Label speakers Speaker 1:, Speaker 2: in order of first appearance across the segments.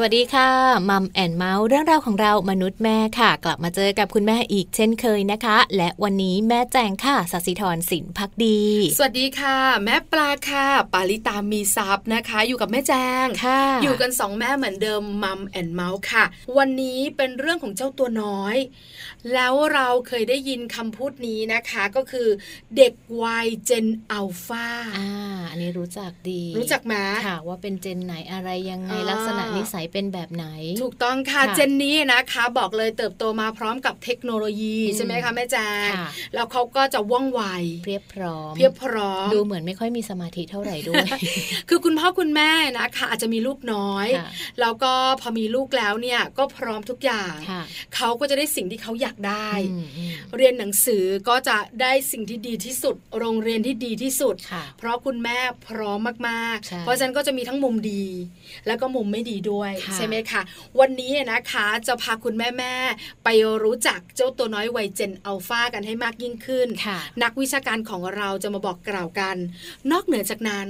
Speaker 1: สวัสดีค่ะมัมแอนเมาส์เรื่องราวของเรามนุษย์แม่ค่ะ กลับมาเจอกับคุณแม่อีกเช่นเคยนะคะ และวันนี้แม่แจงค่ะสัสิธรสินพักดี
Speaker 2: สวัสดีค่ะ แม่ปลาค่ะ ปาลิตามีซับนะคะ อยู่กับแม่แจง
Speaker 1: ค่ะ
Speaker 2: อยู่กันสองแม่เหมือนเดิมมัมแอนเมาส์ค่ะ วันนี้เป็นเรื่องของเจ้าตัวน้อย แล้วเราเคยได้ยินคำพูดนี้นะคะ ก็คือเด็กวัยเจนอัลฟา
Speaker 1: อ่าอันนี้รู้จักดี
Speaker 2: รู้จักไหม
Speaker 1: ค่ะว่าเป็นเจนไหนอะไรยังไง
Speaker 2: อ่า
Speaker 1: ลักษณะนิสัยเป็นแบบไหน
Speaker 2: ถูกต้องค่ะ
Speaker 1: ค่ะ
Speaker 2: เจนนี้นะคะ บอกเลยเติบโตมาพร้อมกับเทคโนโลยี
Speaker 1: อืม
Speaker 2: ใช่ไหมคะแม่แจง
Speaker 1: ค่ะ
Speaker 2: แล้วเขาก็จะว่องไว
Speaker 1: เพียบพร้อม
Speaker 2: เพียบพร้อม
Speaker 1: ดูเหมือนไม่ค่อยมีสมาธิเท่าไหร่ด้วย
Speaker 2: คือคุณพ่อคุณแม่นะคะอาจจะมีลูกน้อย
Speaker 1: ค่ะ
Speaker 2: แล้วก็พอมีลูกแล้วเนี่ยก็พร้อมทุกอย่าง
Speaker 1: ค่ะ
Speaker 2: เขาก็จะได้สิ่งที่เขาอยากได้
Speaker 1: อืมอืม
Speaker 2: เรียนหนังสือก็จะได้สิ่งที่ดีที่สุด โรงเรียนที่ดีที่สุด
Speaker 1: ค่ะ
Speaker 2: เพราะคุณแม่พร้อมมาก
Speaker 1: ใช่
Speaker 2: ๆ เพราะฉะนั้นก็จะมีทั้งมุมดี แล้วก็มุมไม่ดีด้วย
Speaker 1: ค่ะ
Speaker 2: ใช่ไหมคะ วันนี้นะคะจะพาคุณแม่ๆไปรู้จักเจ้าตัวน้อยวัยเจนอัลฟากันให้มากยิ่งขึ้น
Speaker 1: ค่ะ
Speaker 2: นักวิชาการของเราจะมาบอกกล่าวกัน นอกเหนือจากนั้น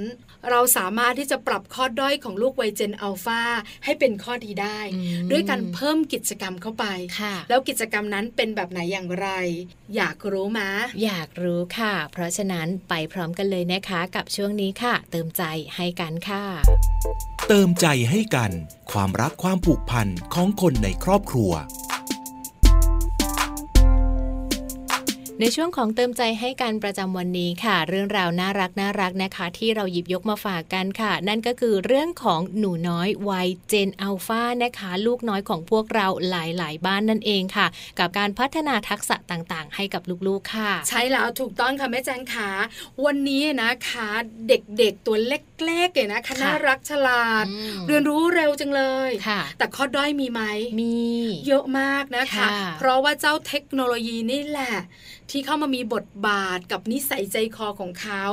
Speaker 2: เราสามารถที่จะปรับข้อด้อยของลูกวัยเจนอัลฟาให้เป็นข้อดีได้
Speaker 1: อืม
Speaker 2: ด้วยการเพิ่มกิจกรรมเข้าไป
Speaker 1: ค่ะ
Speaker 2: แล้วกิจกรรมนั้นเป็นแบบไหนอย่างไร อยากรู้มะ
Speaker 1: อยากรู้ค่ะ เพราะฉะนั้นไปพร้อมกันเลยนะคะ กับช่วงนี้ค่ะ เติมใจให้กันค่ะ
Speaker 3: เติมใจให้กัน ความรักความผูกพันของคนในครอบครัว
Speaker 1: ในช่วงของเติมใจให้กันประจำวันนี้ค่ะ เรื่องราวน่ารักน่ารักนะคะ ที่เราหยิบยกมาฝากกันค่ะ นั่นก็คือเรื่องของหนูน้อยวัยเจนอัลฟานะคะ ลูกน้อยของพวกเราหลาย ๆ บ้านนั่นเองค่ะ กับการพัฒนาทักษะต่างๆ ให้กับลูกๆค่ะ
Speaker 2: ใช่แล้วถูกต้องค่ะแม่แจงขาวันนี้นะคะเด็กๆตัวเล็กๆเนี่ยนะคะ
Speaker 1: ค่ะ
Speaker 2: น่ารักฉลาด
Speaker 1: อืม
Speaker 2: เรียนรู้เร็วจังเลย
Speaker 1: ค่ะ
Speaker 2: แต่ข้อด้อยมีไหม
Speaker 1: มี
Speaker 2: เยอะมากนะคะ
Speaker 1: ค่ะ
Speaker 2: เพราะว่าเจ้าเทคโนโลยีนี่แหละ ที่เข้ามามีบทบาทกับนิสัยใจคอของเขา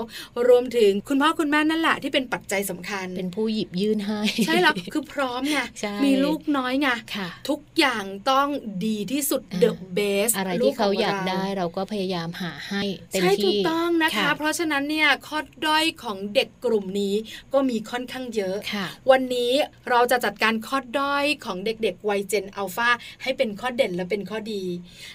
Speaker 2: รวมถึงคุณพ่อคุณแม่นั่นแหละที่เป็นปัจจัยสำคัญ
Speaker 1: เป็นผู้หยิบยื่นให้
Speaker 2: ใช่แล้วคือพร้อมไง
Speaker 1: ใช่
Speaker 2: มีลูกน้อยไง
Speaker 1: ค่ะ
Speaker 2: ทุกอย่างต้องดีที่สุด
Speaker 1: อ่า
Speaker 2: the best
Speaker 1: อะไร
Speaker 2: ลู
Speaker 1: ที่เขาอยาก
Speaker 2: งร
Speaker 1: ได้เราก็พยายามหาให้เต็ม
Speaker 2: ใช่
Speaker 1: ที่
Speaker 2: ถูกต้องนะคะ
Speaker 1: ค่ะ
Speaker 2: เพราะฉะนั้นเนี่ยข้อด้อยของเด็กกลุ่มนี้ก็มีค่อนข้างเยอะ
Speaker 1: ค่ะ
Speaker 2: วันนี้เราจะจัดการข้อด้อยของเด็กๆวัยเจนอัลฟาให้เป็นข้อเด่นและเป็นข้อดี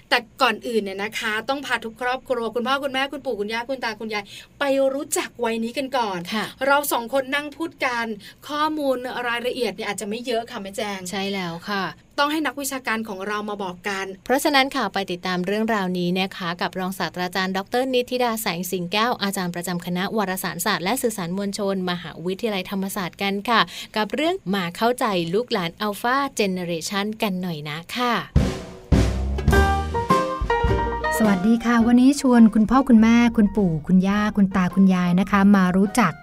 Speaker 2: แต่ก่อนอื่นเนี่ยนะคะ ต้องพาทุกครอบครัวคุณพ่อคุณแม่คุณปู่คุณย่าคุณตาคุณยาย ไปรู้จักวัยนี้กันก่อน
Speaker 1: ค่ะ
Speaker 2: เราสองคนนั่งพูดกันข้อมูลรายละเอียดเนี่ยอาจจะไม่เยอะค่ะแม่แจง
Speaker 1: ใช่แล้วค่ะ
Speaker 2: ต้องให้นักวิชาการของเรามาบอกกัน
Speaker 1: เพราะฉะนั้นค่ะไปติดตามเรื่องราวนี้นะคะ กับรองศาสตราจารย์ดรนิติดาแสงสิงแก้ว อาจารย์ประจำคณะวารสารศาสตร์และสื่อสารมวลชน มหาวิทยาลัยธรรมศาสตร์กันค่ะ กับเรื่องมาเข้าใจลูกหลานอัลฟาเจเนเรชันกันหน่อยนะค่ะ
Speaker 4: สวัสดีค่ะ วันนี้ชวนคุณพ่อคุณแม่คุณปู่คุณย่าคุณตาคุณยายนะคะ มารู้จัก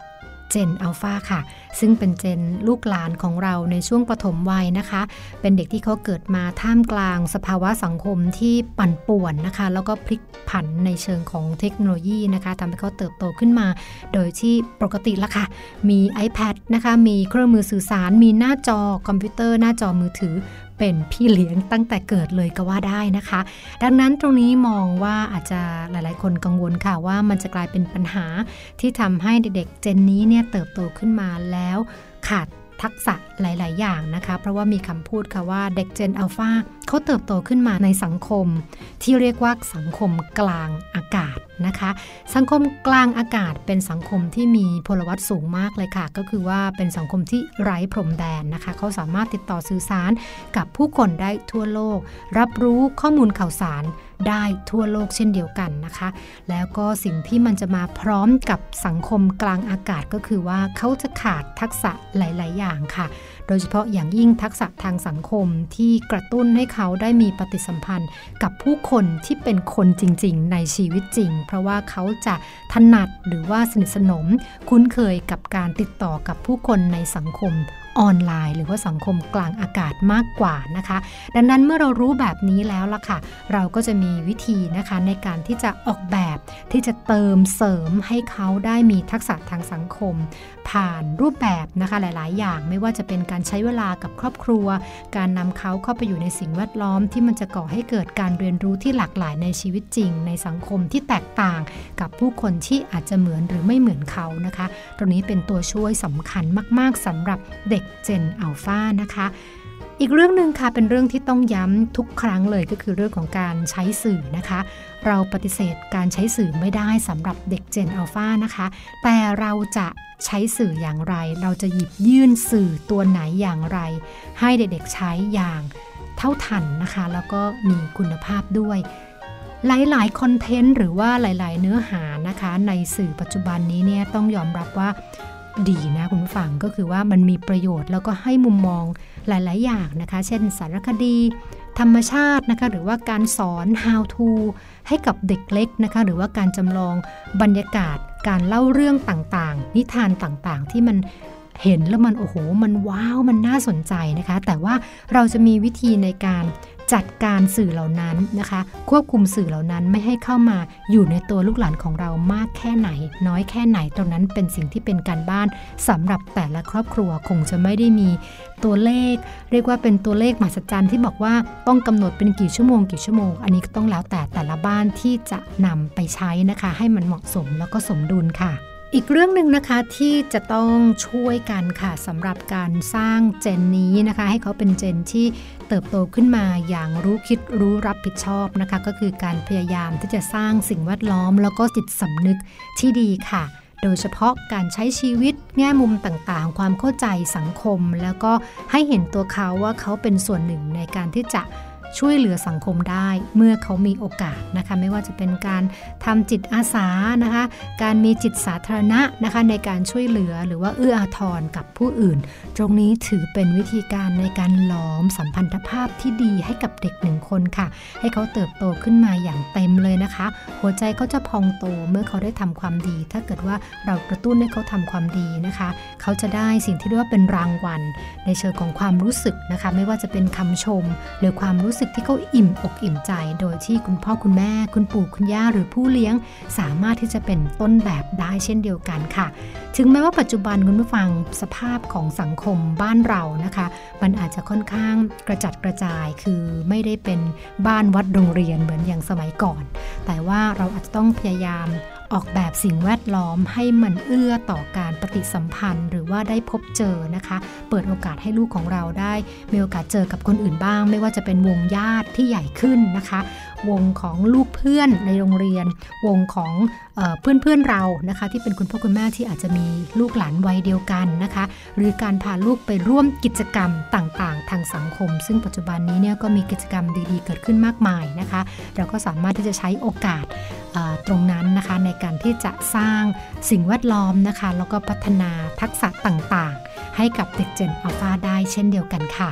Speaker 4: เจนอัลฟาค่ะ ซึ่งเป็นเจนลูกหลานของเราในช่วงปฐมวัยนะคะ เป็นเด็กที่เขาเกิดมาท่ามกลางสภาวะสังคมที่ปั่นป่วนนะคะ แล้วก็พลิกผันในเชิงของเทคโนโลยีนะคะทำให้เขาเติบโตขึ้นมา โดยที่ปกติละค่ะ มี iPad นะคะ มีเครื่องมือสื่อสาร มีหน้าจอคอมพิวเตอร์หน้าจอมือถือ เป็นพี่เลี้ยงตั้งแต่เกิดเลยก็ว่าได้นะคะ ดังนั้นตรงนี้มองว่าอาจจะหลาย ๆ คนกังวลค่ะว่ามันจะกลายเป็นปัญหาที่ทำให้เด็กๆเจนนี้เนี่ยเติบโตขึ้นมาแล้ว ขาดทักษะหลาย ๆ อย่างนะคะ เพราะว่ามีคำพูดค่ะว่าเด็กเจนอัลฟาเขาเติบโตขึ้นมาในสังคม ที่เรียกว่าสังคมกลางอากาศนะคะ สังคมกลางอากาศเป็นสังคมที่มีพลวัตสูงมากเลยค่ะ ก็คือว่าเป็นสังคมที่ไร้พรมแดนนะคะ เขาสามารถติดต่อสื่อสาร กับผู้คนได้ทั่วโลก รับรู้ข้อมูลข่าวสารได้ทั่วโลกเช่นเดียวกันนะคะ แล้วก็สิ่งที่มันจะมาพร้อมกับสังคมกลางอากาศก็คือว่าเขาจะขาดทักษะหลาย ๆ อย่างค่ะ โดยเฉพาะอย่างยิ่งทักษะทางสังคมที่กระตุ้นให้เขาได้มีปฏิสัมพันธ์ กับผู้คนที่เป็นคนจริง ๆ ในชีวิตจริง เพราะว่าเขาจะถนัดหรือว่าสนิทสนม คุ้นเคยกับการติดต่อกับผู้คนในสังคม ออนไลน์ หรือว่าสังคมกลางอากาศมากกว่านะคะ ดังนั้นเมื่อเรารู้แบบนี้แล้วล่ะค่ะ เราก็จะมีวิธีนะคะในการที่จะออกแบบที่จะเติมเสริมให้เขาได้มีทักษะทางสังคม ผ่านรูปแบบนะคะหลาย ๆ อย่างไม่ว่าจะเป็นการใช้เวลากับครอบครัว การนำเขาเข้าไปอยู่ในสิ่งแวดล้อมที่มันจะก่อให้เกิดการเรียนรู้ที่หลากหลายในชีวิตจริง ในสังคมที่แตกต่าง กับผู้คนที่อาจจะเหมือนหรือไม่เหมือนเขานะคะ ตรงนี้เป็นตัวช่วยสำคัญมาก ๆสำหรับเด็กเจนอัลฟานะคะ อีกเรื่องหนึ่งค่ะเป็นเรื่องที่ต้องย้ำทุกครั้งเลยก็คือเรื่องของการใช้สื่อนะคะ เราปฏิเสธการใช้สื่อไม่ได้สำหรับเด็กเจนอัลฟานะคะ แต่เราจะใช้สื่ออย่างไร เราจะหยิบยื่นสื่อตัวไหนอย่างไร ให้เด็กๆใช้อย่างเท่าทันนะคะ แล้วก็มีคุณภาพด้วย หลายๆคอนเทนต์หรือว่าหลาย ๆ เนื้อหานะคะ ในสื่อปัจจุบันนี้เนี่ยต้องยอมรับว่าดีนะคุณผู้ฟังก็คือว่ามันมีประโยชน์แล้วก็ให้มุมมองหลาย ๆ อย่างนะคะ เช่นสารคดี ธรรมชาตินะคะ หรือว่าการสอน how to ให้กับเด็กเล็กนะคะ หรือว่าการจำลองบรรยากาศ การเล่าเรื่องต่างๆ นิทานต่างๆ ที่มันเห็นแล้วมันโอ้โห มันว้าวมันน่าสนใจนะคะ แต่ว่าเราจะมีวิธีในการจัดการสื่อเหล่านั้นนะคะ ควบคุมสื่อเหล่านั้นไม่ให้เข้ามาอยู่ในตัวลูกหลานของเรามากแค่ไหน น้อยแค่ไหนตรงนั้นเป็นสิ่งที่เป็นการบ้านสำหรับแต่ละครอบครัวคงจะไม่ได้มีตัวเลข เรียกว่าเป็นตัวเลขมหัศจรรย์ที่บอกว่าต้องกำหนดเป็นกี่ชั่วโมงกี่ชั่วโมง อันนี้ก็ต้องแล้วแต่แต่ละบ้านที่จะนำไปใช้นะคะ ให้มันเหมาะสมแล้วก็สมดุลค่ะ อีกเรื่องหนึ่งนะคะที่จะต้องช่วยกันค่ะสำหรับการสร้างเจนนี้นะคะ ให้เขาเป็นเจนที่เติบโตขึ้นมาอย่างรู้คิดรู้รับผิดชอบนะคะ ก็คือการพยายามที่จะสร้างสิ่งแวดล้อม แล้วก็จิตสำนึกที่ดีค่ะ โดยเฉพาะการใช้ชีวิตแง่มุมต่างๆ ความเข้าใจสังคม แล้วก็ให้เห็นตัวเขาว่าเขาเป็นส่วนหนึ่งในการที่จะช่วยเหลือสังคมได้เมื่อเขามีโอกาสนะคะ ไม่ว่าจะเป็นการทำจิตอาสานะคะ การมีจิตสาธารณะนะคะในการช่วยเหลือหรือว่าเอื้ออาทรกับผู้อื่น ตรงนี้ถือเป็นวิธีการในการหลอมสัมพันธภาพที่ดีให้กับเด็กหนึ่งคนค่ะ ให้เขาเติบโตขึ้นมาอย่างเต็มเลยนะคะ หัวใจเขาจะพองโตเมื่อเขาได้ทำความดี ถ้าเกิดว่าเรากระตุ้นให้เขาทำความดีนะคะ เขาจะได้สิ่งที่เรียกว่าเป็นรางวัล ในเชิงของความรู้สึกนะคะ ไม่ว่าจะเป็นคำชม หรือความรู้สึกที่เขาอิ่มอกอิ่มใจ โดยที่คุณพ่อคุณแม่ คุณปู่คุณย่าหรือผู้เลี้ยง สามารถที่จะเป็นต้นแบบได้เช่นเดียวกันค่ะ ถึงแม้ว่าปัจจุบันคุณผู้ฟังสภาพของสังคมบ้านเรานะคะ มันอาจจะค่อนข้างกระจัดกระจายคือไม่ได้เป็นบ้านวัดโรงเรียนเหมือนอย่างสมัยก่อน แต่ว่าเราอาจจะต้องพยายามออกแบบสิ่งแวดล้อมให้มันเอื้อต่อการปฏิสัมพันธ์ หรือว่าได้พบเจอนะคะ เปิดโอกาสให้ลูกของเราได้ มีโอกาสเจอกับคนอื่นบ้าง ไม่ว่าจะเป็นวงญาติที่ใหญ่ขึ้นนะคะ วงของลูกเพื่อนในโรงเรียน วงของเพื่อนเพื่อนๆเรานะคะ ที่เป็นคุณพ่อคุณแม่ที่อาจจะมีลูกหลานวัยเดียวกันนะคะ หรือการพาลูกไปร่วมกิจกรรมต่างๆ ทางสังคม ซึ่งปัจจุบันนี้เนี่ยก็มีกิจกรรมดีๆ เกิดขึ้นมากมายนะคะ เราก็สามารถที่จะใช้โอกาส เอ่อตรงนั้นนะคะในการที่จะสร้างสิ่งแวดล้อมนะคะ แล้วก็พัฒนาทักษะต่างๆ ให้กับเด็กเจนอัลฟาได้เช่นเดียวกันค่ะ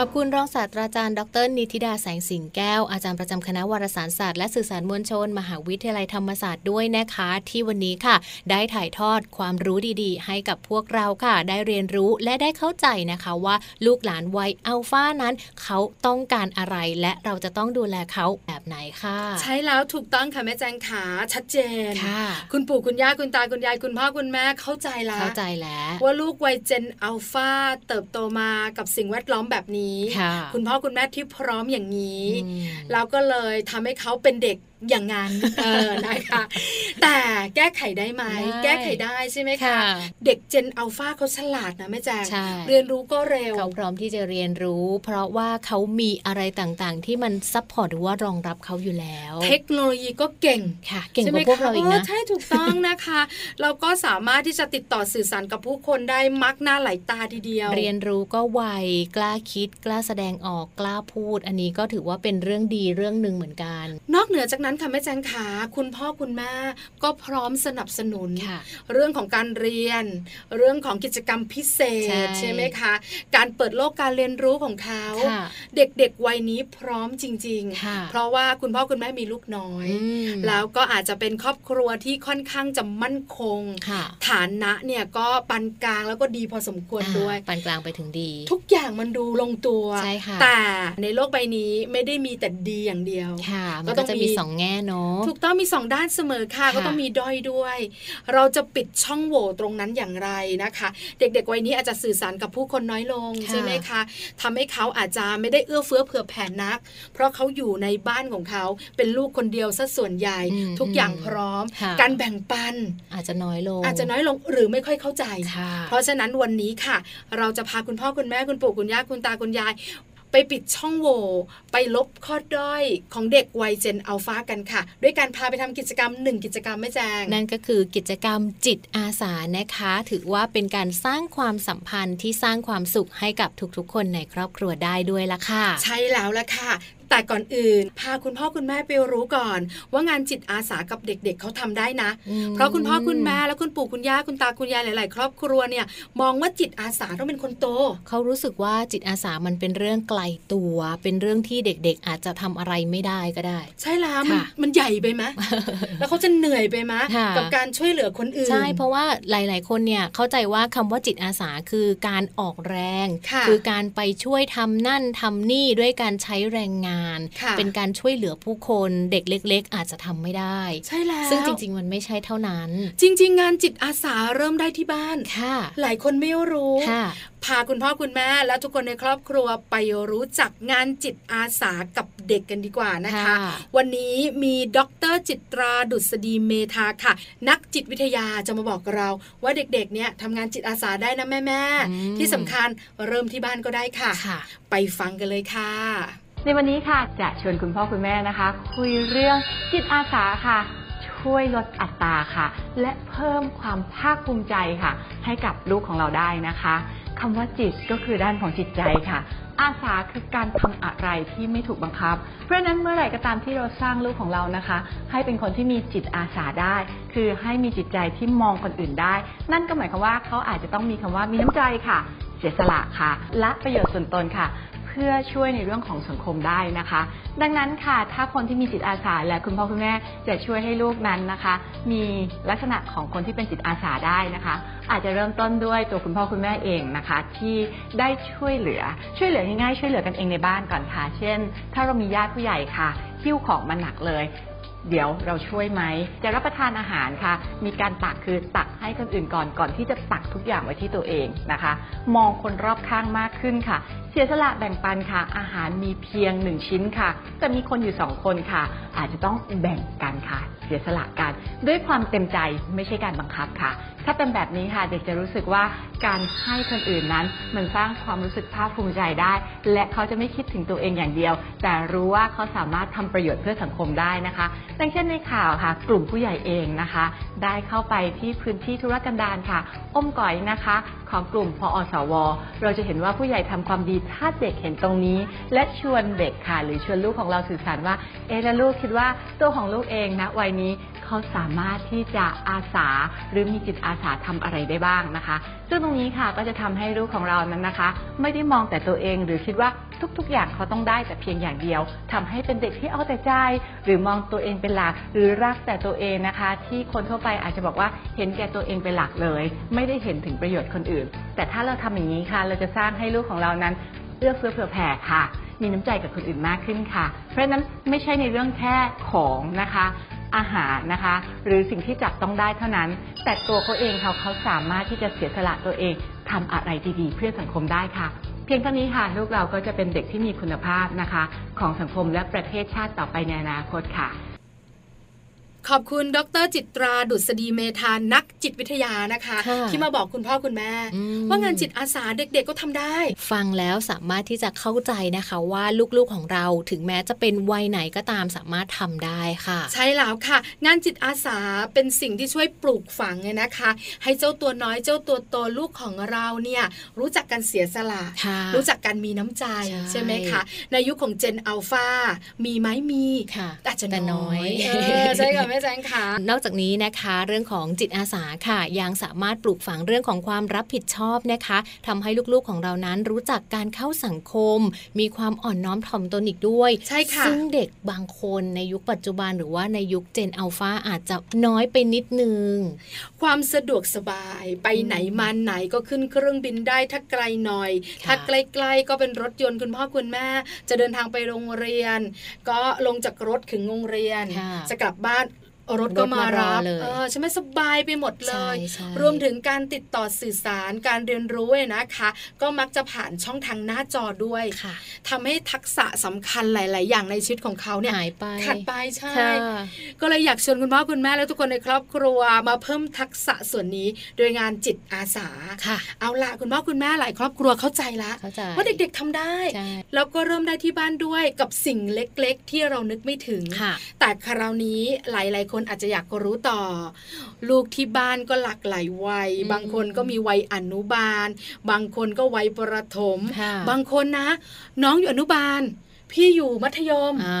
Speaker 1: ขอบคุณรองศาสตราจารย์ดรนิติดาแสงสิงแก้ว อาจารย์ประจำคณะวารสารศาสตร์และสื่อสารมวลชน มหาวิทยาลัยธรรมศาสตร์ด้วยนะคะ ที่วันนี้ค่ะ ได้ถ่ายทอดความรู้ดีๆ ให้กับพวกเราค่ะ ได้เรียนรู้และได้เข้าใจนะคะว่าลูกหลานวัยอัลฟานั้น เขาต้องการอะไร และเราจะต้องดูแลเขาแบบไหนค่ะ
Speaker 2: ใช้แล้วถูกต้องค่ะแม่แจงขาชัดเจน
Speaker 1: ค่ะ
Speaker 2: คุณปู่คุณย่าคุณตาคุณยายคุณพ่อคุณแม่เข้าใจละ
Speaker 1: เข้าใจแล้ว
Speaker 2: ว่าลูกวัยเจนอัลฟาเติบโตมากับสิ่งแวดล้อมแบบนี้
Speaker 1: ค่ะ
Speaker 2: ณพ่อคุณแม่ที่พร้อมอย่างนี้
Speaker 1: อืม
Speaker 2: เราก็เลยทำให้เขาเป็นเด็กอย่างนั้น เออนะคะ แต่แก้ไขได้ไหม
Speaker 1: ได้
Speaker 2: แก้ไขได้ใช่ไหมคะ
Speaker 1: ค่ะ
Speaker 2: เด็กเจนอัลฟาเขาฉลาดนะแม่แจง
Speaker 1: ใช่
Speaker 2: เรียนรู้ก็เร็ว
Speaker 1: เขาพร้อมที่จะเรียนรู้ เพราะว่าเขามีอะไรต่างๆ ที่มันซัพพอร์ตหรือว่ารองรับเขาอยู่แล้ว
Speaker 2: เทคโนโลยีก็เก่ง
Speaker 1: ค่ะ เก่งก
Speaker 2: ใช่ไหม
Speaker 1: ว่าพวกเราอีก
Speaker 2: คะ
Speaker 1: นะ
Speaker 2: ใช่ถูกต้องนะคะ เราก็สามารถที่จะติดต่อสื่อสารกับผู้คนได้มักหน้าหลายตาทีเดียว
Speaker 1: เรียนรู้ก็ไวกล้าคิด กล้าแสดงออกกล้าพูด อันนี้ก็ถือว่าเป็นเรื่องดีเรื่องหนึ่งเหมือนกัน
Speaker 2: นอกเหนือจาก นั้นค่ะแม่แจงขาคุณพ่อคุณแม่ก็พร้อมสนับสนุน
Speaker 1: ค่ะ
Speaker 2: เรื่องของการเรียน เรื่องของกิจกรรมพิเศ
Speaker 1: ใช่
Speaker 2: ษใช่ไหมคะ การเปิดโลกการเรียนรู้ของเขา
Speaker 1: ค่ะ
Speaker 2: เด็กๆวัยนี้พร้อมจริง
Speaker 1: ค่ะ
Speaker 2: ๆ เพราะว่าคุณพ่อคุณแม่มีลูกน้อย
Speaker 1: อืม
Speaker 2: แล้วก็อาจจะเป็นครอบครัวที่ค่อนข้างจะมั่นคง
Speaker 1: ค่ะ
Speaker 2: ฐานะเนี่ยก็ปานกลางแล้วก็ดีพอสมควรด้วย
Speaker 1: อ่าปานกลางไปถึงดี
Speaker 2: ทุกอย่างมันดูลงตัว
Speaker 1: ใช่ค่ะ
Speaker 2: แต่ในโลกใบนี้ไม่ได้มีแต่ดีอย่างเดียว
Speaker 1: ค่ะ มัน
Speaker 2: ก็ต้
Speaker 1: ก็
Speaker 2: อง
Speaker 1: จะมี
Speaker 2: มี
Speaker 1: สองแง่เนาะ
Speaker 2: ถูกต้องมีสองด้านเสมอค่ะ
Speaker 1: ค่ะ
Speaker 2: ก็ต้องมีด้อยด้วย เราจะปิดช่องโหว่ตรงนั้นอย่างไรนะคะ เด็กๆวัยนี้อาจจะสื่อสารกับผู้คนน้อยลงใช่ไหมคะทำให้เขาอาจจะไม่ได้เอื้อเฟื้อเผื่อแผ่นัก เพราะเขาอยู่ในบ้านของเขาเป็นลูกคนเดียวซะส่วนใหญ่
Speaker 1: อืม
Speaker 2: ทุกอย่างพร้อม
Speaker 1: ค่ะ
Speaker 2: การแบ่งปัน
Speaker 1: อาจจะน้อยลง
Speaker 2: อาจจะน้อยลงหรือไม่ค่อยเข้าใจ
Speaker 1: ค่ะ
Speaker 2: เพราะฉะนั้นวันนี้ค่ะ เราจะพาคุณพ่อคุณแม่คุณปู่คุณย่าคุณตาคุณยาย ไปปิดช่องโหว่ไปลบข้อด้อยของเด็กวัยเจนอัลฟากันค่ะ ด้วยการพาไปทำกิจกรรมหนึ่งกิจกรรมแม่แจง
Speaker 1: นั่นก็คือกิจกรรมจิตอาสานะคะ ถือว่าเป็นการสร้างความสัมพันธ์ที่สร้างความสุขให้กับทุกๆ คนในครอบครัวได้ด้วยละค่ะ
Speaker 2: ใช่แล้วละค่ะ แต่ก่อนอื่น พาคุณพ่อคุณแม่ไปรู้ก่อน ว่างานจิตอาสากับเด็กๆเขาทำได้นะ
Speaker 1: อืม
Speaker 2: เพราะคุณพ่อคุณแม่และคุณปู่คุณย่าคุณตาคุณยายหลาย ๆ ครอบครัวเนี่ย มองว่าจิตอาสาต้องเป็นคนโต
Speaker 1: เขารู้สึกว่าจิตอาสามันเป็นเรื่องไกลตัว เป็นเรื่องที่เด็กๆ อาจจะทำอะไรไม่ได้ก็ได้
Speaker 2: ใช่แล้วมัน
Speaker 1: ค่ะ
Speaker 2: มันใหญ่ไปไหม แล้วเขาจะเหนื่อยไปไหม
Speaker 1: ค่ะ
Speaker 2: กับการช่วยเหลือคนอื่น
Speaker 1: ใช่ เพราะว่าหลาย ๆ คนเนี่ยเข้าใจว่าคำว่าจิตอาสาคือการออกแรง
Speaker 2: ค่ะ
Speaker 1: อการไปช่วยทำนั่นทำนี่ด้วยการใช้แรงงาน
Speaker 2: ค่ะ
Speaker 1: เป็นการช่วยเหลือผู้คนเด็กเล็ก ๆ อาจจะทำไม่ได้
Speaker 2: ใช่แล้ว
Speaker 1: ซึ่งจริง ๆ มันไม่ใช่เท่านั้น
Speaker 2: จริง ๆ งานจิตอาสาเริ่มได้ที่บ้าน
Speaker 1: ค่ะ
Speaker 2: หลายคนไม่รู้
Speaker 1: ค่ะ
Speaker 2: พาคุณพ่อคุณแม่และทุกคนในครอบครัวไปรู้จักงานจิตอาสากับเด็กกันดีกว่านะคะ
Speaker 1: ค่ะ
Speaker 2: วันนี้มีดรจิตราดุษฎีเมธาค่ะ นักจิตวิทยาจะมาบอกเรา ว่าเด็กๆ เนี่ยทำงานจิตอาสาได้นะแม่แม่ๆ
Speaker 1: อืม
Speaker 2: ที่สำคัญเริ่มที่บ้านก็ได้ค่ะ
Speaker 1: ค่ะ
Speaker 2: ไปฟังกันเลยค่ะ
Speaker 5: ในวันนี้ค่ะจะชวนคุณพ่อคุณแม่นะคะ คุยเรื่องจิตอาสาค่ะ ช่วยลดอัตราค่ะ และเพิ่มความภาคภูมิใจค่ะ ให้กับลูกของเราได้นะคะคำว่าจิตก็คือด้านของจิตใจค่ะ อาสาคือการทำอะไรที่ไม่ถูกบังคับ เพราะฉะนั้นเมื่อไหร่ก็ตามที่เราสร้างลูกของเรานะคะ ให้เป็นคนที่มีจิตอาสาได้ คือให้มีจิตใจที่มองคนอื่นได้ นั่นก็หมายความว่าเขาอาจจะต้องมีคำว่ามีน้ำใจค่ะ เสียสละค่ะ และประโยชน์ส่วนตนค่ะ เพื่อช่วยในเรื่องของสังคมได้นะคะ ดังนั้นค่ะถ้าคนที่มีจิตอาสาและคุณพ่อคุณแม่จะช่วยให้ลูกนั้นนะคะ มีลักษณะของคนที่เป็นจิตอาสาได้นะคะ อาจจะเริ่มต้นด้วยตัวคุณพ่อคุณแม่เองนะคะ ที่ได้ช่วยเหลือ ช่วยเหลือง่ายๆช่วยเหลือกันเองในบ้านก่อนค่ะ เช่น ถ้าเรามีญาติผู้ใหญ่ค่ะหิ้วของมาหนักเลย เดี๋ยวเราช่วยไหม จะรับประทานอาหารค่ะ มีการตักคือตักให้คนอื่นก่อนก่อนที่จะตักทุกอย่างไว้ที่ตัวเองนะคะ มองคนรอบข้างมากขึ้นค่ะ เสียสละแบ่งปันค่ะ อาหารมีเพียงหนึ่งชิ้นค่ะ แต่มีคนอยู่สองคนค่ะ อาจจะต้องแบ่งกันค่ะ เสียสละกัน ด้วยความเต็มใจไม่ใช่การบังคับค่ะ ถ้าเป็นแบบนี้ค่ะเด็กจะรู้สึกว่าการให้คนอื่นนั้น มันสร้างความรู้สึกภาคภูมิใจได้ และเขาจะไม่คิดถึงตัวเองอย่างเดียว แต่รู้ว่าเขาสามารถทำประโยชน์เพื่อสังคมได้นะคะดังเช่นในข่าวค่ะ กลุ่มผู้ใหญ่เองนะคะ ได้เข้าไปที่พื้นที่ธุรกันดารค่ะ อ้อมก่อยนะคะ ของกลุ่มพออสว เราจะเห็นว่าผู้ใหญ่ทำความดีถ้าเด็กเห็นตรงนี้ และชวนเด็กค่ะ หรือชวนลูกของเราสื่อสารว่า เอะแล้วลูกคิดว่าตัวของลูกเองนะวัยนี้เขาสามารถที่จะอาสาหรือมีจิตอาสาทำอะไรได้บ้างนะคะ ซึ่งตรงนี้ค่ะก็จะทำให้ลูกของเรานั้นนะคะ ไม่ได้มองแต่ตัวเองหรือคิดว่าทุกๆ อย่างเขาต้องได้แต่เพียงอย่างเดียวทำให้เป็นเด็กที่เอาแต่ใจ หรือมองตัวเองเป็นหลัก หรือรักแต่ตัวเองนะคะ ที่คนทั่วไปอาจจะบอกว่าเห็นแก่ตัวเองเป็นหลักเลย ไม่ได้เห็นถึงประโยชน์คนอื่น แต่ถ้าเราทำอย่างนี้ค่ะ เราจะสร้างให้ลูกของเรานั้น เอื้อเฟื้อเผื่อแผ่ค่ะ มีน้ำใจกับคนอื่นมากขึ้นค่ะ เพราะฉะนั้นไม่ใช่ในเรื่องแค่ของนะคะ อาหารนะคะ หรือสิ่งที่จับต้องได้เท่านั้น แต่ตัวเขาเองเขาเขาสามารถที่จะเสียสละตัวเองทำอะไรดีๆ เพื่อสังคมได้ค่ะ เพียงเท่านี้ค่ะ ลูกเราก็จะเป็นเด็กที่มีคุณภาพนะคะ ของสังคมและประเทศชาติต่อไปในอนาคตค่ะ
Speaker 2: ขอบคุณดรจิตราดุษฎีเมธานักจิตวิทยานะคะ
Speaker 1: ค่ะ
Speaker 2: ที่มาบอกคุณพ่อคุณแม่
Speaker 1: อืม
Speaker 2: ว่างานจิตอาสาเด็กๆก็ทำได้
Speaker 1: ฟังแล้วสามารถที่จะเข้าใจนะคะว่าลูกๆของเราถึงแม้จะเป็นวัยไหนก็ตามสามารถทำได้ค่ะ
Speaker 2: ใช่แล้วค่ะ งานจิตอาสาเป็นสิ่งที่ช่วยปลูกฝังเนี่ยนะคะ ให้เจ้าตัวน้อยเจ้าตัวโตลูกของเราเนี่ยรู้จักการเสียสละ
Speaker 1: ค่ะ
Speaker 2: รู้จักการมีน้ำใจ
Speaker 1: ใช่
Speaker 2: ไหมคะในยุคของเจนอัลฟามีไหมมี
Speaker 1: ค่ะ
Speaker 2: อาจจะ
Speaker 1: แต่
Speaker 2: น้
Speaker 1: น้
Speaker 2: อ
Speaker 1: อย ย
Speaker 2: เออใช่ค่ะแม่แจงค่ะ
Speaker 1: นอกจากนี้นะคะเรื่องของจิตอาสาค่ะ ยังสามารถปลูกฝังเรื่องของความรับผิดชอบนะคะทำให้ลูกๆของเรานั้นรู้จักการเข้าสังคม มีความอ่อนน้อมถ่อมตนอีกด้วย
Speaker 2: ใช่ค่ะ
Speaker 1: ซึ่งเด็กบางคนในยุคปัจจุบันหรือว่าในยุคเจนอัลฟาอาจจะน้อยไปนิดนึง
Speaker 2: ความสะดวกสบายไปไหนมาไหนก็ขึ้นเครื่องบินได้ถ้าไกลหน่อย
Speaker 1: ค่ะ
Speaker 2: ถ้าใกล้ๆก็เป็นรถยนต์คุณพ่อคุณแม่ จะเดินทางไปโรงเรียน ก็ลงจากรถถึงโรงเรียน
Speaker 1: ค่ะ
Speaker 2: จะกลับบ้านรถก็มา
Speaker 1: ถมา
Speaker 2: ร
Speaker 1: รอ
Speaker 2: รับ
Speaker 1: เลย
Speaker 2: เออใช่ไหมสบายไปหมดเลย
Speaker 1: ใช่
Speaker 2: รวมถึงการติดต่อสื่อสารการเรียนรู้เนี่ยนะคะ ก็มักจะผ่านช่องทางหน้าจอด้วย
Speaker 1: ค่ะ
Speaker 2: ทำให้ทักษะสำคัญหลาย ๆ อย่างในชีวิตของเขาเนี่ย
Speaker 1: หายไป
Speaker 2: ขาดไปใช่
Speaker 1: ค่ะ
Speaker 2: ก็เลยอยากชวนคุณพ่อคุณแม่และทุกคนในครอบครัวมาเพิ่มทักษะส่วนนี้โดยงานจิตอาสา
Speaker 1: ค่ะ
Speaker 2: เอาละคุณพ่อคุณแม่หลายครอบครัวเข้าใจละ
Speaker 1: เข้าใจ
Speaker 2: ว่าเด็กๆทำได้
Speaker 1: ใช่
Speaker 2: แล้วก็เริ่มได้ที่บ้านด้วยกับสิ่งเล็กๆ ที่เรานึกไม่ถึง
Speaker 1: ค่ะ
Speaker 2: แต่คราวนี้หลายๆ คนอาจจะอยากรู้ต่อ ลูกที่บ้านก็หลากหลายวัย
Speaker 1: อืม
Speaker 2: บางคนก็มีวัยอนุบาล บางคนก็วัยประถม
Speaker 1: ค่ะ
Speaker 2: บางคนนะ น้องอยู่อนุบาล พี่อยู่มัธยม
Speaker 1: อ่า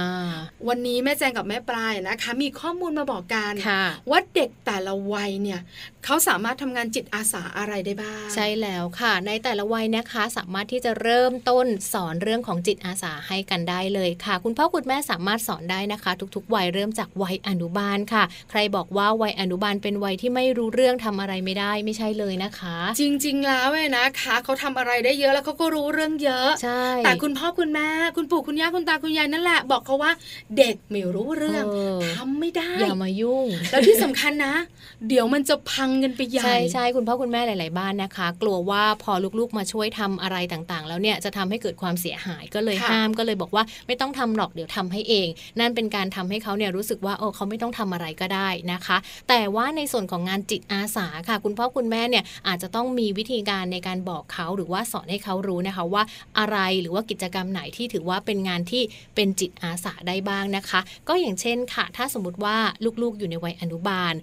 Speaker 2: วันนี้แม่แจงกับแม่ปลายนะคะ มีข้อมูลมาบอกกัน
Speaker 1: ค่ะ
Speaker 2: ว่าเด็กแต่ละวัยเนี่ยเขาสามารถทำงานจิตอาสาอะไรได้บ้าง
Speaker 1: ใช่แล้วค่ะ ในแต่ละวัยนะคะสามารถที่จะเริ่มต้นสอนเรื่องของจิตอาสาให้กันได้เลยค่ะ คุณพ่อคุณแม่สามารถสอนได้นะคะ ทุกๆ วัยเริ่มจากวัยอนุบาลค่ะ ใครบอกว่าวัยอนุบาลเป็นวัยที่ไม่รู้เรื่องทำอะไรไม่ได้ไม่ใช่เลยนะคะ
Speaker 2: จริง ๆ แล้วเนี่ยนะคะเขาทำอะไรได้เยอะแล้วเขาก็รู้เรื่องเยอะ
Speaker 1: ใช่
Speaker 2: แต่คุณพ่อคุณแม่คุณปู่คุณย่าคุณตาคุณยายนั่นแหละ บอกเขาว่าเด็กไม่รู้เรื่องทำไม่ได้
Speaker 1: อย่ามายุ่ง
Speaker 2: แล้วที่สำคัญนะ เดี๋ยวมันจะพังกันไปใหญ่
Speaker 1: ใช่ใช่คุณพ่อคุณแม่หลาย ๆ บ้านนะคะ กลัวว่าพอลูก ๆ มาช่วยทำอะไรต่าง ๆ แล้วเนี่ยจะทำให้เกิดความเสียหายก็เลย
Speaker 2: ค่ะ
Speaker 1: ห้ามก็เลยบอกว่าไม่ต้องทำหรอกเดี๋ยวทำให้เอง นั่นเป็นการทำให้เขาเนี่ยรู้สึกว่าเออเขาไม่ต้องทำอะไรก็ได้นะคะ แต่ว่าในส่วนของงานจิตอาสาค่ะ คุณพ่อคุณแม่เนี่ยอาจจะต้องมีวิธีการในการบอกเขาหรือว่าสอนให้เขารู้นะคะว่าอะไรหรือว่ากิจกรรมไหนที่ถือว่าเป็นงานที่เป็นจิตอาสาได้บ้างนะคะ ก็อย่างเช่นค่ะ ถ้าสมมติว่าลูกๆอยู่ในวัยอนุบาล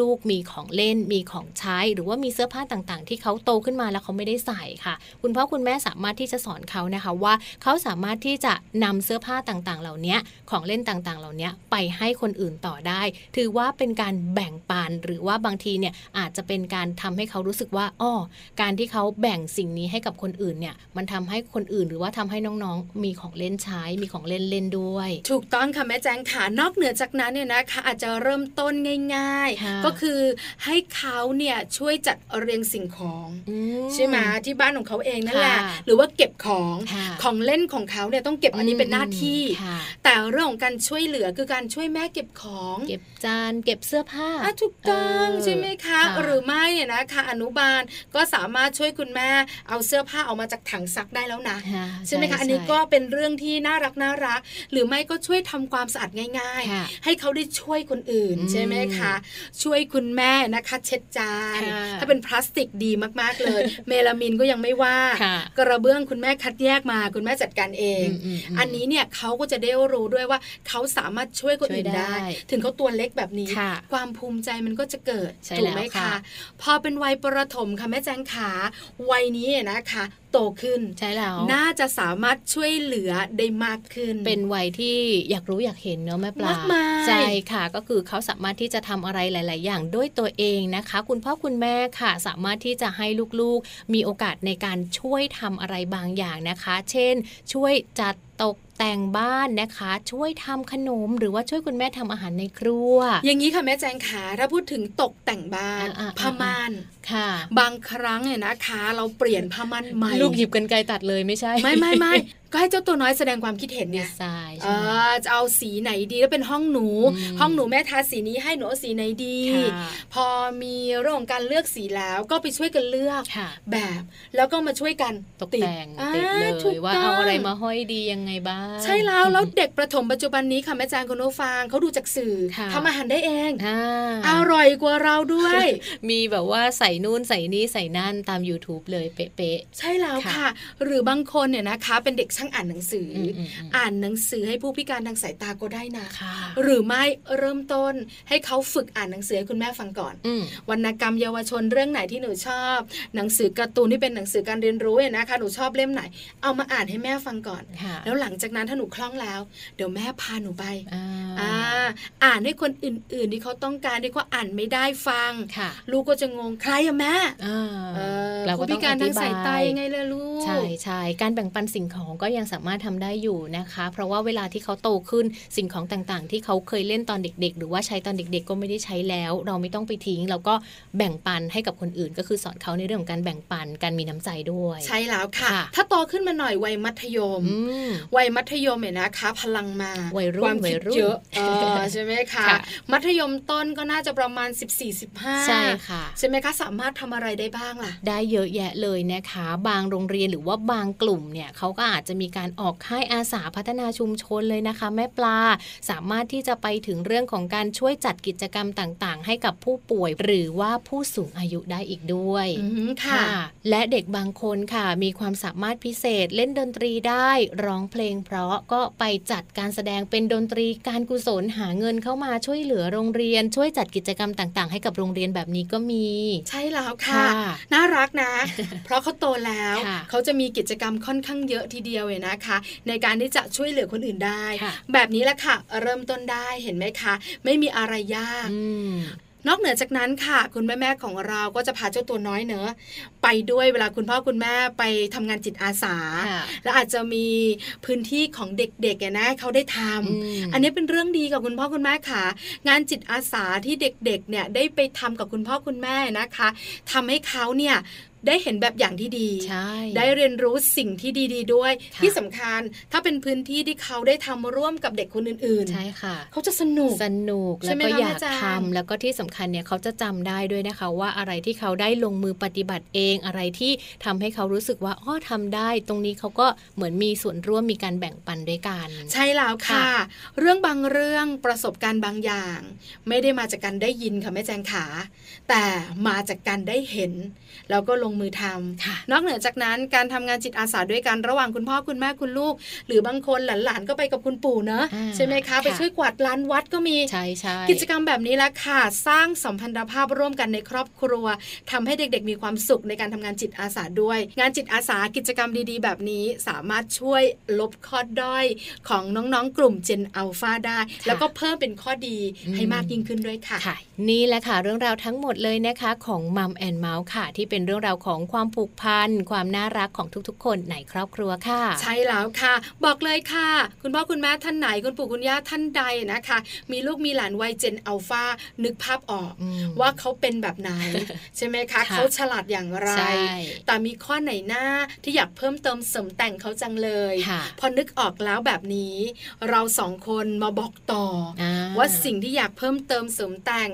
Speaker 1: ลูกๆ มีของเล่น มีของใช้ หรือว่ามีเสื้อผ้าต่างๆ ที่เขาโตขึ้นมาแล้วเขาไม่ได้ใส่ค่ะ คุณพ่อคุณแม่สามารถที่จะสอนเขานะคะว่าเขาสามารถที่จะนำเสื้อผ้าต่างๆ เหล่านี้ของเล่นต่างๆ เหล่านี้ไปให้คนอื่นต่อได้ ถือว่าเป็นการแบ่งปันหรือว่าบางทีเนี่ยอาจจะเป็นการทำให้เขารู้สึกว่าอ้อการที่เขาแบ่งสิ่งนี้ให้กับคนอื่นเนี่ยมันทำให้คนอื่นหรือว่าทำให้น้องๆ มีของเล่นใช้ มีของเล่นเล่นด้วย
Speaker 2: ถูกต้องค่ะแม่แจงค่ะนอกเหนือจากนั้นเนี่ยนะคะอาจจะเริ่มต้นง่าย
Speaker 1: ค่ะ
Speaker 2: ๆ ก็คือให้เขาเนี่ยช่วยจัดเรียงสิ่งของ
Speaker 1: อื
Speaker 2: ใช่ไหมที่บ้านของเขาเองนั่นแหละ
Speaker 1: ค่ะ
Speaker 2: หรือว่าเก็บของ
Speaker 1: ค่ะ
Speaker 2: ของเล่นของเขาเนี่ยต้องเก็บอันนี้เป็นหน้าที่
Speaker 1: ค่ะ
Speaker 2: แต่เรื่องของการช่วยเหลือคือการช่วยแม่เก็บของ
Speaker 1: เก็บจานเก็บเสื้อผ้า
Speaker 2: อ่ะถูกต้อง
Speaker 1: เออ
Speaker 2: ใช่ไหมคะ
Speaker 1: ค่ะ
Speaker 2: หรือไม่เนี่ยนะคะอนุบาลก็สามารถช่วยคุณแม่เอาเสื้อผ้าออกมาจากถังซักได้แล้วนะ
Speaker 1: ะ
Speaker 2: ใช่ไหมคะอันนี้ก็เป็นเรื่องที่น่ารักน่ารัก หรือไม่ก็ช่วยทำความสะอาดง่าย ๆ
Speaker 1: ค่ะ
Speaker 2: ให้เขาได้ช่วยคนอื่น
Speaker 1: อืม
Speaker 2: ใช่ไหมคะ ช่วยคุณแม่นะคะ เช็ดจาน
Speaker 1: ค่ะ
Speaker 2: ถ้าเป็นพลาสติกดีมากๆ เลย เมลามินก็ยังไม่ว่า
Speaker 1: ค่ะ
Speaker 2: กระเบื้องคุณแม่คัดแยกมาคุณแม่จัดการเอง
Speaker 1: มมม
Speaker 2: อันนี้เนี่ยเขาก็จะได้รู้ด้วยว่าเขาสามารถช่วยคนอื่น
Speaker 1: ช่วยได้
Speaker 2: ได้ ถึงเขาตัวเล็กแบบนี้
Speaker 1: ค่ะ
Speaker 2: ความภูมิใจมันก็จะเกิด
Speaker 1: ใช่
Speaker 2: ถูกไหม
Speaker 1: แล้ว
Speaker 2: คะ
Speaker 1: ค่ะ
Speaker 2: พอเป็นวัยประถมค่ะแม่แจงขาวัยนี้เนี่ยนะคะ โตขึ้น
Speaker 1: ใช่แล้ว
Speaker 2: น่าจะสามารถช่วยเหลือได้มากขึ้น
Speaker 1: เป็นวัยที่อยากรู้อยากเห็นเนอะแม่ปลาม
Speaker 2: ากมาย
Speaker 1: ใช่ค่ะ ก็คือเขาสามารถที่จะทำอะไรหลาย ๆ อย่างด้วยตัวเองนะคะ คุณพ่อคุณแม่ค่ะ สามารถที่จะให้ลูก ๆ มีโอกาสในการช่วยทำอะไรบางอย่างนะคะ เช่น ช่วยจัดตกแต่งบ้านนะคะ ช่วยทำขนมหรือว่าช่วยคุณแม่ทำอาหารในครัว
Speaker 2: อย่างนี้ค่ะแม่แจงขาถ้าพูดถึงตกแต่งบ้าน
Speaker 1: อ่าๆๆ
Speaker 2: ผ้าม่าน
Speaker 1: ค่ะ
Speaker 2: บางครั้งเนี่ยนะคะ เราเปลี่ยนผ้าม่านใหม่
Speaker 1: ลูกหยิบกันไกลตัดเลยไม่ใช่
Speaker 2: ไม่ไม่ไม่ก็ให้เจ้าตัวน้อยแสดงความคิดเห็น
Speaker 1: ดี
Speaker 2: ไง
Speaker 1: ไซน์
Speaker 2: เอ
Speaker 1: ใช่ไหม
Speaker 2: อจะเอาสีไหนดีแล้วเป็นห้องหนู
Speaker 1: อืม
Speaker 2: ห้องหนูแม่ทาสีนี้ให้หนูเอาสีไหนดี
Speaker 1: ค่ะ
Speaker 2: พอมีเรื่องของการเลือกสีแล้วก็ไปช่วยกันเลือก
Speaker 1: ค่ะ
Speaker 2: แบบ แล้วก็มาช่วยกัน
Speaker 1: ตกแต่ง
Speaker 2: อ่า
Speaker 1: ติดเล
Speaker 2: ถูก
Speaker 1: ยว่า
Speaker 2: ต้ง
Speaker 1: เอาอะไรมาห้อยดียังไงบ้าง
Speaker 2: ใช่แล้วแล้วเด็กประถมปัจจุบันนี้ค่ะแม่จางคุณโนฟังเขาดูจากสื่อ
Speaker 1: ค่ะ
Speaker 2: ทำอาหารได้เอง
Speaker 1: อ่า
Speaker 2: อร่อยกว่าเราด้วย
Speaker 1: มีแบบว่าใส่นู่นใส่นี่ใส่นั่นตาม YouTube เลยเป๊ะ
Speaker 2: ใช่แล้ว
Speaker 1: ค่ะ
Speaker 2: ค่ะ หรือบางคนเนี่ยนะคะ เป็นเด็กช่างอ่านหนังสือ
Speaker 1: ๆ
Speaker 2: อ
Speaker 1: อืมอืมอืม
Speaker 2: อ่านหนังสือให้ผู้พิการทางสายตาก็ได้นะ
Speaker 1: ค่ะ
Speaker 2: หรือไม่เริ่มต้นให้เขาฝึกอ่านหนังสือให้คุณแม่ฟังก่อน
Speaker 1: อืม
Speaker 2: วรรณกรรมเยาวชนเรื่องไหนที่หนูชอบ หนังสือการ์ตูนที่เป็นหนังสือการเรียนรู้เนี่ยนะคะหนูชอบเล่มไหน เอามาอ่านให้แม่ฟังก่อน
Speaker 1: ค่ะ
Speaker 2: แล้วหลังจากนั้นถ้าหนูคล่องแล้ว เดี๋ยวแม่พาหนูไป
Speaker 1: อ่า
Speaker 2: อ่าอ่านให้คนอื่น ๆ ที่เขาต้องการที่เขาอ่านไม่ได้ฟัง
Speaker 1: ค่ะ
Speaker 2: ลูกก็จะงงใครอะแม่
Speaker 1: อ่า
Speaker 2: เออ
Speaker 1: เราก็
Speaker 2: ผู้
Speaker 1: ต้
Speaker 2: พิ
Speaker 1: อง
Speaker 2: การ
Speaker 1: อ
Speaker 2: ทา
Speaker 1: ธิ
Speaker 2: ง
Speaker 1: บ
Speaker 2: สายตา
Speaker 1: าย
Speaker 2: ยังไงล่ะลูก
Speaker 1: ใช่ใช่การแบ่งปันสิ่งของก็ยังสามารถทำได้อยู่นะคะ เพราะว่าเวลาที่เขาโตขึ้นสิ่งของต่างๆ ที่เขาเคยเล่นตอนเด็ก ๆ หรือว่าใช้ตอนเด็ก ๆ ก็ไม่ได้ใช้แล้ว เราไม่ต้องไปทิ้ง เราก็แบ่งปันให้กับคนอื่น ก็คือสอนเขาในเรื่องของการแบ่งปันการมีน้ำใจด้วย
Speaker 2: ใช่แล้วค่ะ
Speaker 1: ค่ะ
Speaker 2: ถ้าโตขึ้นมาหน่อยวัยมัธยม
Speaker 1: อืม
Speaker 2: วัยมัธยมเนี่ยนะคะ พลังมา
Speaker 1: วัยรุ่น
Speaker 2: ความ
Speaker 1: วั
Speaker 2: คิ
Speaker 1: ย
Speaker 2: ด
Speaker 1: รุ่น
Speaker 2: เยอะเอ อใช่ไหมคะ
Speaker 1: ค่ะ
Speaker 2: มัธยมต้นก็น่าจะประมาณ 14 15
Speaker 1: ใช่ค่ะ
Speaker 2: ใช่ไหมคะ สามารถทำอะไรได้บ้างล่ะ
Speaker 1: ได้เยอะแยะเลยนะคะ บางโรงเรียนหรือว่าบางกลุ่มเนี่ยเขาก็อาจจะมีการออกค่ายอาสาพัฒนาชุมชนเลยนะคะ แม่ปลาสามารถที่จะไปถึงเรื่องของการช่วยจัดกิจกรรมต่างๆ ให้กับผู้ป่วย หรือว่าผู้สูงอายุได้อีกด้วย
Speaker 2: อืมค่ะ
Speaker 1: และเด็กบางคนค่ะ มีความสามารถพิเศษเล่นดนตรีได้ร้องเพลง เพราะก็ไปจัดการแสดงเป็นดนตรีการกุศลหาเงินเข้ามาช่วยเหลือโรงเรียน ช่วยจัดกิจกรรมต่างๆ ให้กับโรงเรียนแบบนี้ก็มี
Speaker 2: ใช่แล้วค่ะ น่ารักนะ เพราะเขาโตแล้ว
Speaker 1: ค่ะ
Speaker 2: เขาจะมีกิจกรรมค่อนข้างเยอะทีเดียวเลยนะคะ ในการที่จะช่วยเหลือคนอื่นได้
Speaker 1: ค่ะ
Speaker 2: แบบนี้แหละค่ะ เริ่มต้นได้เห็นไหมคะ ไม่มีอะไรยาก
Speaker 1: อืม
Speaker 2: นอกเหนือจากนั้นค่ะ คุณแม่แม่ๆของเราก็จะพาเจ้าตัวน้อยเนอะไปด้วยเวลาคุณพ่อคุณแม่ไปทำงานจิตอาสา
Speaker 1: ค่ะ
Speaker 2: แล้วอาจจะมีพื้นที่ของเด็กๆอะนะให้เขาได้ทำ
Speaker 1: ม
Speaker 2: อันนี้เป็นเรื่องดีกับคุณพ่อคุณแม่ค่ะ งานจิตอาสาที่เด็กๆเนี่ยได้ไปทำกับคุณพ่อคุณแม่นะคะทำให้เขาเนี่ยได้เห็นแบบอย่างที่ดี
Speaker 1: ใช่
Speaker 2: ได้เรียนรู้สิ่งที่ดี ๆด้วย
Speaker 1: ค่ะ
Speaker 2: ที่สำคัญถ้าเป็นพื้นที่ที่เขาได้ทำร่วมกับเด็กคนอื่น
Speaker 1: ใช่ค่ะ
Speaker 2: ๆเขาจะสนุก
Speaker 1: สนุก
Speaker 2: ใช่
Speaker 1: แล้ว
Speaker 2: ไหม
Speaker 1: ก็
Speaker 2: คะ
Speaker 1: อยาก
Speaker 2: อาจารย์
Speaker 1: ทำแล้วก็ที่สำคัญเนี่ยเขาจะจำได้ด้วยนะคะ ว่าอะไรที่เขาได้ลงมือปฏิบัติเองอะไรที่ทำให้เขารู้สึกว่าอ้อทำได้ ตรงนี้เขาก็เหมือนมีส่วนร่วมมีการแบ่งปันด้วยกัน
Speaker 2: ใช่แล้วค่ะ
Speaker 1: ค่ะ
Speaker 2: เรื่องบางเรื่องประสบการณ์บางอย่าง ไม่ได้มาจากการได้ยินค่ะแม่แจงขา แต่มาจากการได้เห็น แล้วก็ลงมือทำ
Speaker 1: ค่ะ
Speaker 2: นอกเหนือจากนั้นการทำงานจิตอาสาด้วยกันระหว่างคุณพ่อคุณแม่คุณลูก หรือบางคนหลานๆก็ไปกับคุณปู่เนอะ
Speaker 1: อ่า
Speaker 2: ใช่ไหมคะ
Speaker 1: ค่ะ
Speaker 2: ไปช่วยกวาดลานวัดก็มี
Speaker 1: ใช่ใช่
Speaker 2: กิจกรรมแบบนี้แหละค่ะ สร้างสัมพันธภาพร่วมกันในครอบครัวทำให้เด็กๆ มีความสุขในการทำงานจิตอาสาด้วย งานจิตอาสากิจกรรมดีๆ แบบนี้สามารถช่วยลบข้อด้อยของน้องๆ กลุ่ม Gen Alpha ได้ แล้วก็เพิ่มเป็นข้อดีให้มากยิ่งขึ้นด้วยค่ะ
Speaker 1: ค่ะ นี่แหละค่ะ เรื่องราวทั้งหมดเลยนะคะของมัมแอนเมาส์ค่ะ ที่เป็นเรื่องราวของความผูกพันความน่ารักของทุกๆ คนในครอบครัวค่ะ
Speaker 2: ใช่แล้วค่ะ บอกเลยค่ะ คุณพ่อคุณแม่ท่านไหนคุณปู่คุณย่าท่านใดนะคะ มีลูกมีหลานวัย Gen Alpha นึกภาพออก
Speaker 1: อืม
Speaker 2: ว่าเขาเป็นแบบ ไหน ใช่ไหมคะ
Speaker 1: ค่ะ
Speaker 2: เขาฉลาดอย่างไร
Speaker 1: ใช่
Speaker 2: แต่มีข้อไหนหน้าที่อยากเพิ่มเติมเสริมแต่งเขาจังเลย
Speaker 1: ค่ะ
Speaker 2: พอนึกออกแล้วแบบนี้ เราสองคนมาบอกต่อ
Speaker 1: อ่
Speaker 2: อว่าสิ่งที่อยากเพิ่มเติมเสริมแต่ง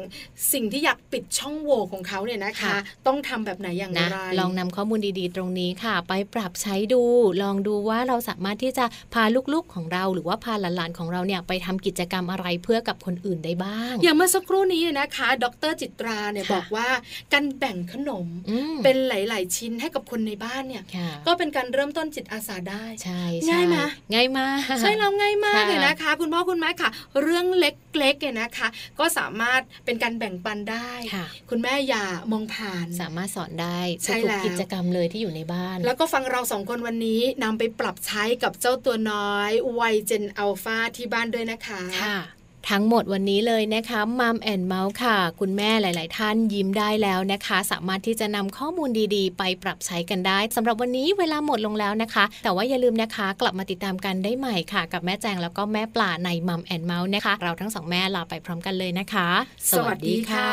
Speaker 2: สิ่งที่อยากปิดช่องโหว่ของเขาเนี่ยนะคะ ต้องทำแบบไหนอย่าง
Speaker 1: นะ
Speaker 2: ไร
Speaker 1: ลองนำข้อมูลดีๆ ตรงนี้ค่ะ ไปปรับใช้ดูลองดูว่าเราสามารถที่จะพาลูกๆของเราหรือว่าพาหลานๆของเราเนี่ยไปทำกิจกรรมอะไรเพื่อกับคนอื่นได้บ้าง
Speaker 2: อย่างเมื่อสักครู่นี้นะคะ ดรจิตราเนี่ย
Speaker 1: ค่ะ
Speaker 2: บอกว่าการแบ่งขนม
Speaker 1: อืม
Speaker 2: เป็นหลาย ๆ ชิ้นให้กับคนในบ้านเนี่ย
Speaker 1: ค่ะ
Speaker 2: ก็เป็นการเริ่มต้นจิตอาสาได้
Speaker 1: ใช่ใช่
Speaker 2: ง่ายไหม
Speaker 1: ง่ายมาก
Speaker 2: ใช่เราง่ายมาก
Speaker 1: ค่ะ
Speaker 2: เลยนะคะ คุณพ่อคุณแม่ค่ะ เรื่องเล็กๆเนี่ยนะคะ ก็สามารถเป็นการแบ่งปันได้
Speaker 1: ค่ะ
Speaker 2: คุณแม่อย่ามองผ่าน
Speaker 1: สามารถสอนได้
Speaker 2: ใช่
Speaker 1: ทุก
Speaker 2: แล้ว
Speaker 1: ๆกิจกรรมเลยที่อยู่ในบ้าน
Speaker 2: แล้วก็ฟังเราสองคนวันนี้นำไปปรับใช้กับเจ้าตัวน้อยวัยเจนอัลฟาที่บ้านด้วยนะคะ
Speaker 1: ค่ะ ทั้งหมดวันนี้เลยนะคะมัมแอนเมาส์ค่ะ คุณแม่หลาย ๆ ท่านยิ้มได้แล้วนะคะ สามารถที่จะนำข้อมูลดีๆ ไปปรับใช้กันได้สำหรับวันนี้เวลาหมดลงแล้วนะคะ แต่ว่าอย่าลืมนะคะ กลับมาติดตามกันได้ใหม่ค่ะ กับแม่แจงแล้วก็แม่ปลาในมัมแอนเมาส์นะคะ เราทั้งสองแม่ลาไปพร้อมกันเลยนะคะ
Speaker 2: สวัสดีค่ะ